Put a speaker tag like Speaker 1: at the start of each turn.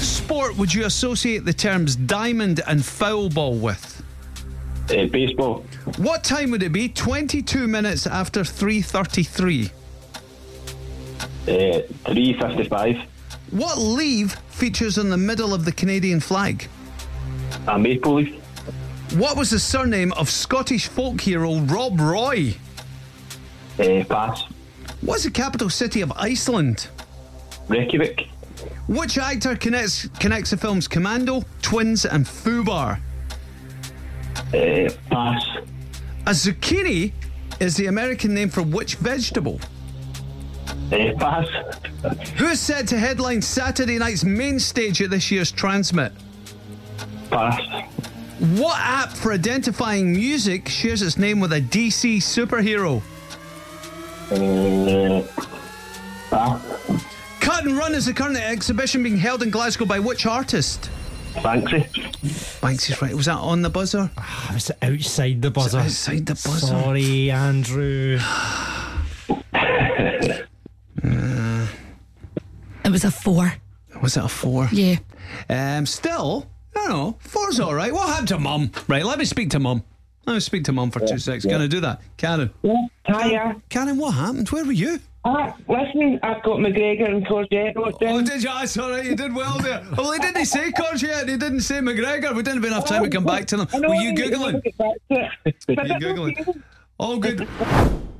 Speaker 1: sport would you associate the terms diamond and foul ball with?
Speaker 2: Uh, baseball.
Speaker 1: What time would it be? 22 minutes after 3:33.
Speaker 2: Uh, Three fifty-five.
Speaker 1: What leaf features in the middle of the Canadian flag?
Speaker 2: A maple leaf.
Speaker 1: What was the surname of Scottish folk hero Rob Roy?
Speaker 2: Uh, pass.
Speaker 1: What's the capital city of Iceland?
Speaker 2: Reykjavik.
Speaker 1: Which actor connects connects the films Commando, Twins, and Fubar?
Speaker 2: Uh, pass.
Speaker 1: A zucchini is the American name for which vegetable?
Speaker 2: Uh, pass.
Speaker 1: Who is said to headline Saturday night's main stage at this year's Transmit?
Speaker 2: Pass.
Speaker 1: What app for identifying music shares its name with a DC superhero?
Speaker 2: Uh, pass.
Speaker 1: Cut and Run is the current exhibition being held in Glasgow by which artist?
Speaker 2: Banksy.
Speaker 1: Banks is right. Was that on the buzzer?
Speaker 3: I Ah, was outside the buzzer.
Speaker 1: outside the buzzer.
Speaker 3: Sorry, Andrew.
Speaker 4: It was a four.
Speaker 1: Was it a four?
Speaker 4: Yeah.
Speaker 1: Um, still, I don't know. Four's all right. What happened to mum? Right, let me speak to mum. Let me speak to mum for two seconds. Can I do that? Karen.
Speaker 5: Hiya.
Speaker 1: Karen, what happened? Where were you?
Speaker 5: Uh, listen, I've got McGregor and Courgette wrote
Speaker 1: Oh,
Speaker 5: down.
Speaker 1: did you? That's all right. You did well there. Well, he didn't say Corge yet. He didn't say McGregor. We didn't have enough time to come back to them.
Speaker 5: Oh, I know
Speaker 1: Were
Speaker 5: I
Speaker 1: you
Speaker 5: need to
Speaker 1: Googling?
Speaker 5: get back to it. But
Speaker 1: Were you
Speaker 5: I don't know if
Speaker 1: Googling? All good.